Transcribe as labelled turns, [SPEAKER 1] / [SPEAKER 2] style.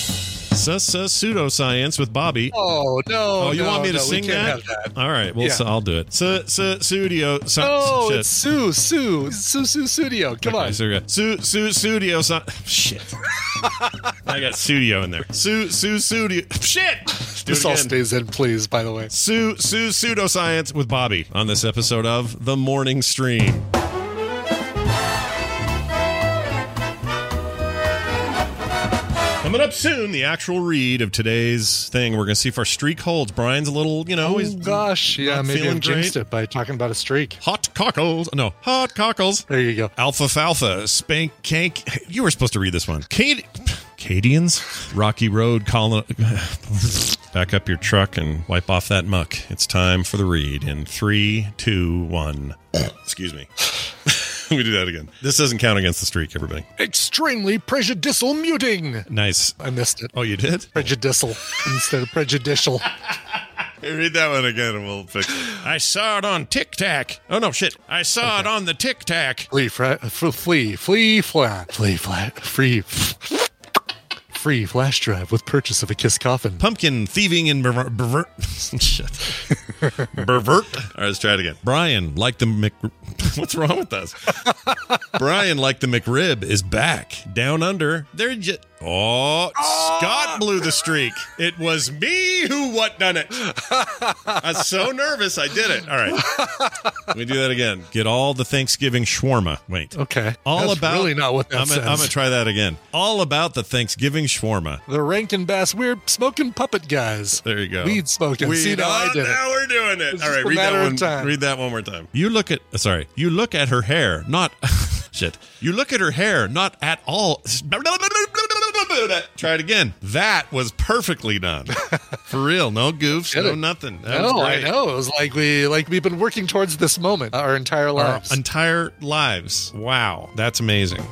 [SPEAKER 1] Sus Sus Pseudoscience with Bobby.
[SPEAKER 2] Oh no!
[SPEAKER 1] Oh, you
[SPEAKER 2] no,
[SPEAKER 1] want me to
[SPEAKER 2] no, we
[SPEAKER 1] sing
[SPEAKER 2] can't
[SPEAKER 1] that?
[SPEAKER 2] have
[SPEAKER 1] All right, well,
[SPEAKER 2] Yeah.
[SPEAKER 1] so I'll do it. Su- su- studio. Su-
[SPEAKER 2] Oh,
[SPEAKER 1] shit.
[SPEAKER 2] it's Sue, Sue, Sue, Sue Studio. Come
[SPEAKER 1] Okay,
[SPEAKER 2] on.
[SPEAKER 1] so we got Su- Su- studio. Si- shit. I got studio in there. Su- Su- studio. Shit. Do
[SPEAKER 2] This
[SPEAKER 1] it
[SPEAKER 2] all
[SPEAKER 1] again.
[SPEAKER 2] stays in, please. By the way,
[SPEAKER 1] Sue Sue pseudoscience with Bobby on this episode of the Morning Stream. Coming up soon, the actual read of today's thing. We're going to see if our streak holds. Brian's a little, you know,
[SPEAKER 2] oh
[SPEAKER 1] he's
[SPEAKER 2] gosh, yeah,
[SPEAKER 1] not
[SPEAKER 2] maybe
[SPEAKER 1] feeling
[SPEAKER 2] I jinxed
[SPEAKER 1] great.
[SPEAKER 2] it by talking about a streak.
[SPEAKER 1] hot cockles. No, hot cockles.
[SPEAKER 2] There you go.
[SPEAKER 1] Alpha Falfa, Spank Kank. You were supposed to read this one. Cad- Cadians? Rocky Road, colon. Back up your truck and wipe off that muck. It's time for the read in three, two, one. Excuse me. we do that again. This doesn't count against the streak, everybody.
[SPEAKER 2] Extremely prejudicial muting.
[SPEAKER 1] Nice.
[SPEAKER 2] I missed it.
[SPEAKER 1] Oh, you did?
[SPEAKER 2] Prejudicial instead of prejudicial.
[SPEAKER 1] Read that one again and we'll fix it. I saw it on Tic Tac. Oh, no, shit. I saw it on the Tic Tac.
[SPEAKER 2] Flea, fra- fl- flea, flea, flat, flea, flat, free, f- free flash drive with purchase of a kiss coffin.
[SPEAKER 1] pumpkin thieving and perver- pervert. Shit. pervert. All right, let's try it again. Brian, like the Mc. What's wrong with us? Brian, like the McRib, is back down under. They're just. Oh,
[SPEAKER 2] Ah!
[SPEAKER 1] Scott blew the streak. It was me who what done it. I was so nervous, I did it. All right, we do that again. Get all the Thanksgiving shawarma. Wait,
[SPEAKER 2] Okay,
[SPEAKER 1] all
[SPEAKER 2] That's
[SPEAKER 1] about
[SPEAKER 2] really not what that
[SPEAKER 1] I'm
[SPEAKER 2] says.
[SPEAKER 1] gonna- I'm gonna try that again. All about the Thanksgiving shawarma.
[SPEAKER 2] the Rankin Bass weird smoking puppet guys.
[SPEAKER 1] There you go.
[SPEAKER 2] Weed smoking. See, now I
[SPEAKER 1] oh,
[SPEAKER 2] did it.
[SPEAKER 1] now we're doing it.
[SPEAKER 2] It's
[SPEAKER 1] All right,
[SPEAKER 2] just a
[SPEAKER 1] read that
[SPEAKER 2] matter of
[SPEAKER 1] one.
[SPEAKER 2] time.
[SPEAKER 1] Read that one more time. You look at uh, sorry. You look at her hair, not shit. You look at her hair, not at all. Try it again. That was perfectly done. For real, no goofs,
[SPEAKER 2] Did
[SPEAKER 1] no
[SPEAKER 2] it.
[SPEAKER 1] nothing. That was
[SPEAKER 2] No, Oh, I
[SPEAKER 1] great.
[SPEAKER 2] know. It was like we like we've been working towards this moment our entire
[SPEAKER 1] Our
[SPEAKER 2] lives.
[SPEAKER 1] entire lives. Wow, that's amazing.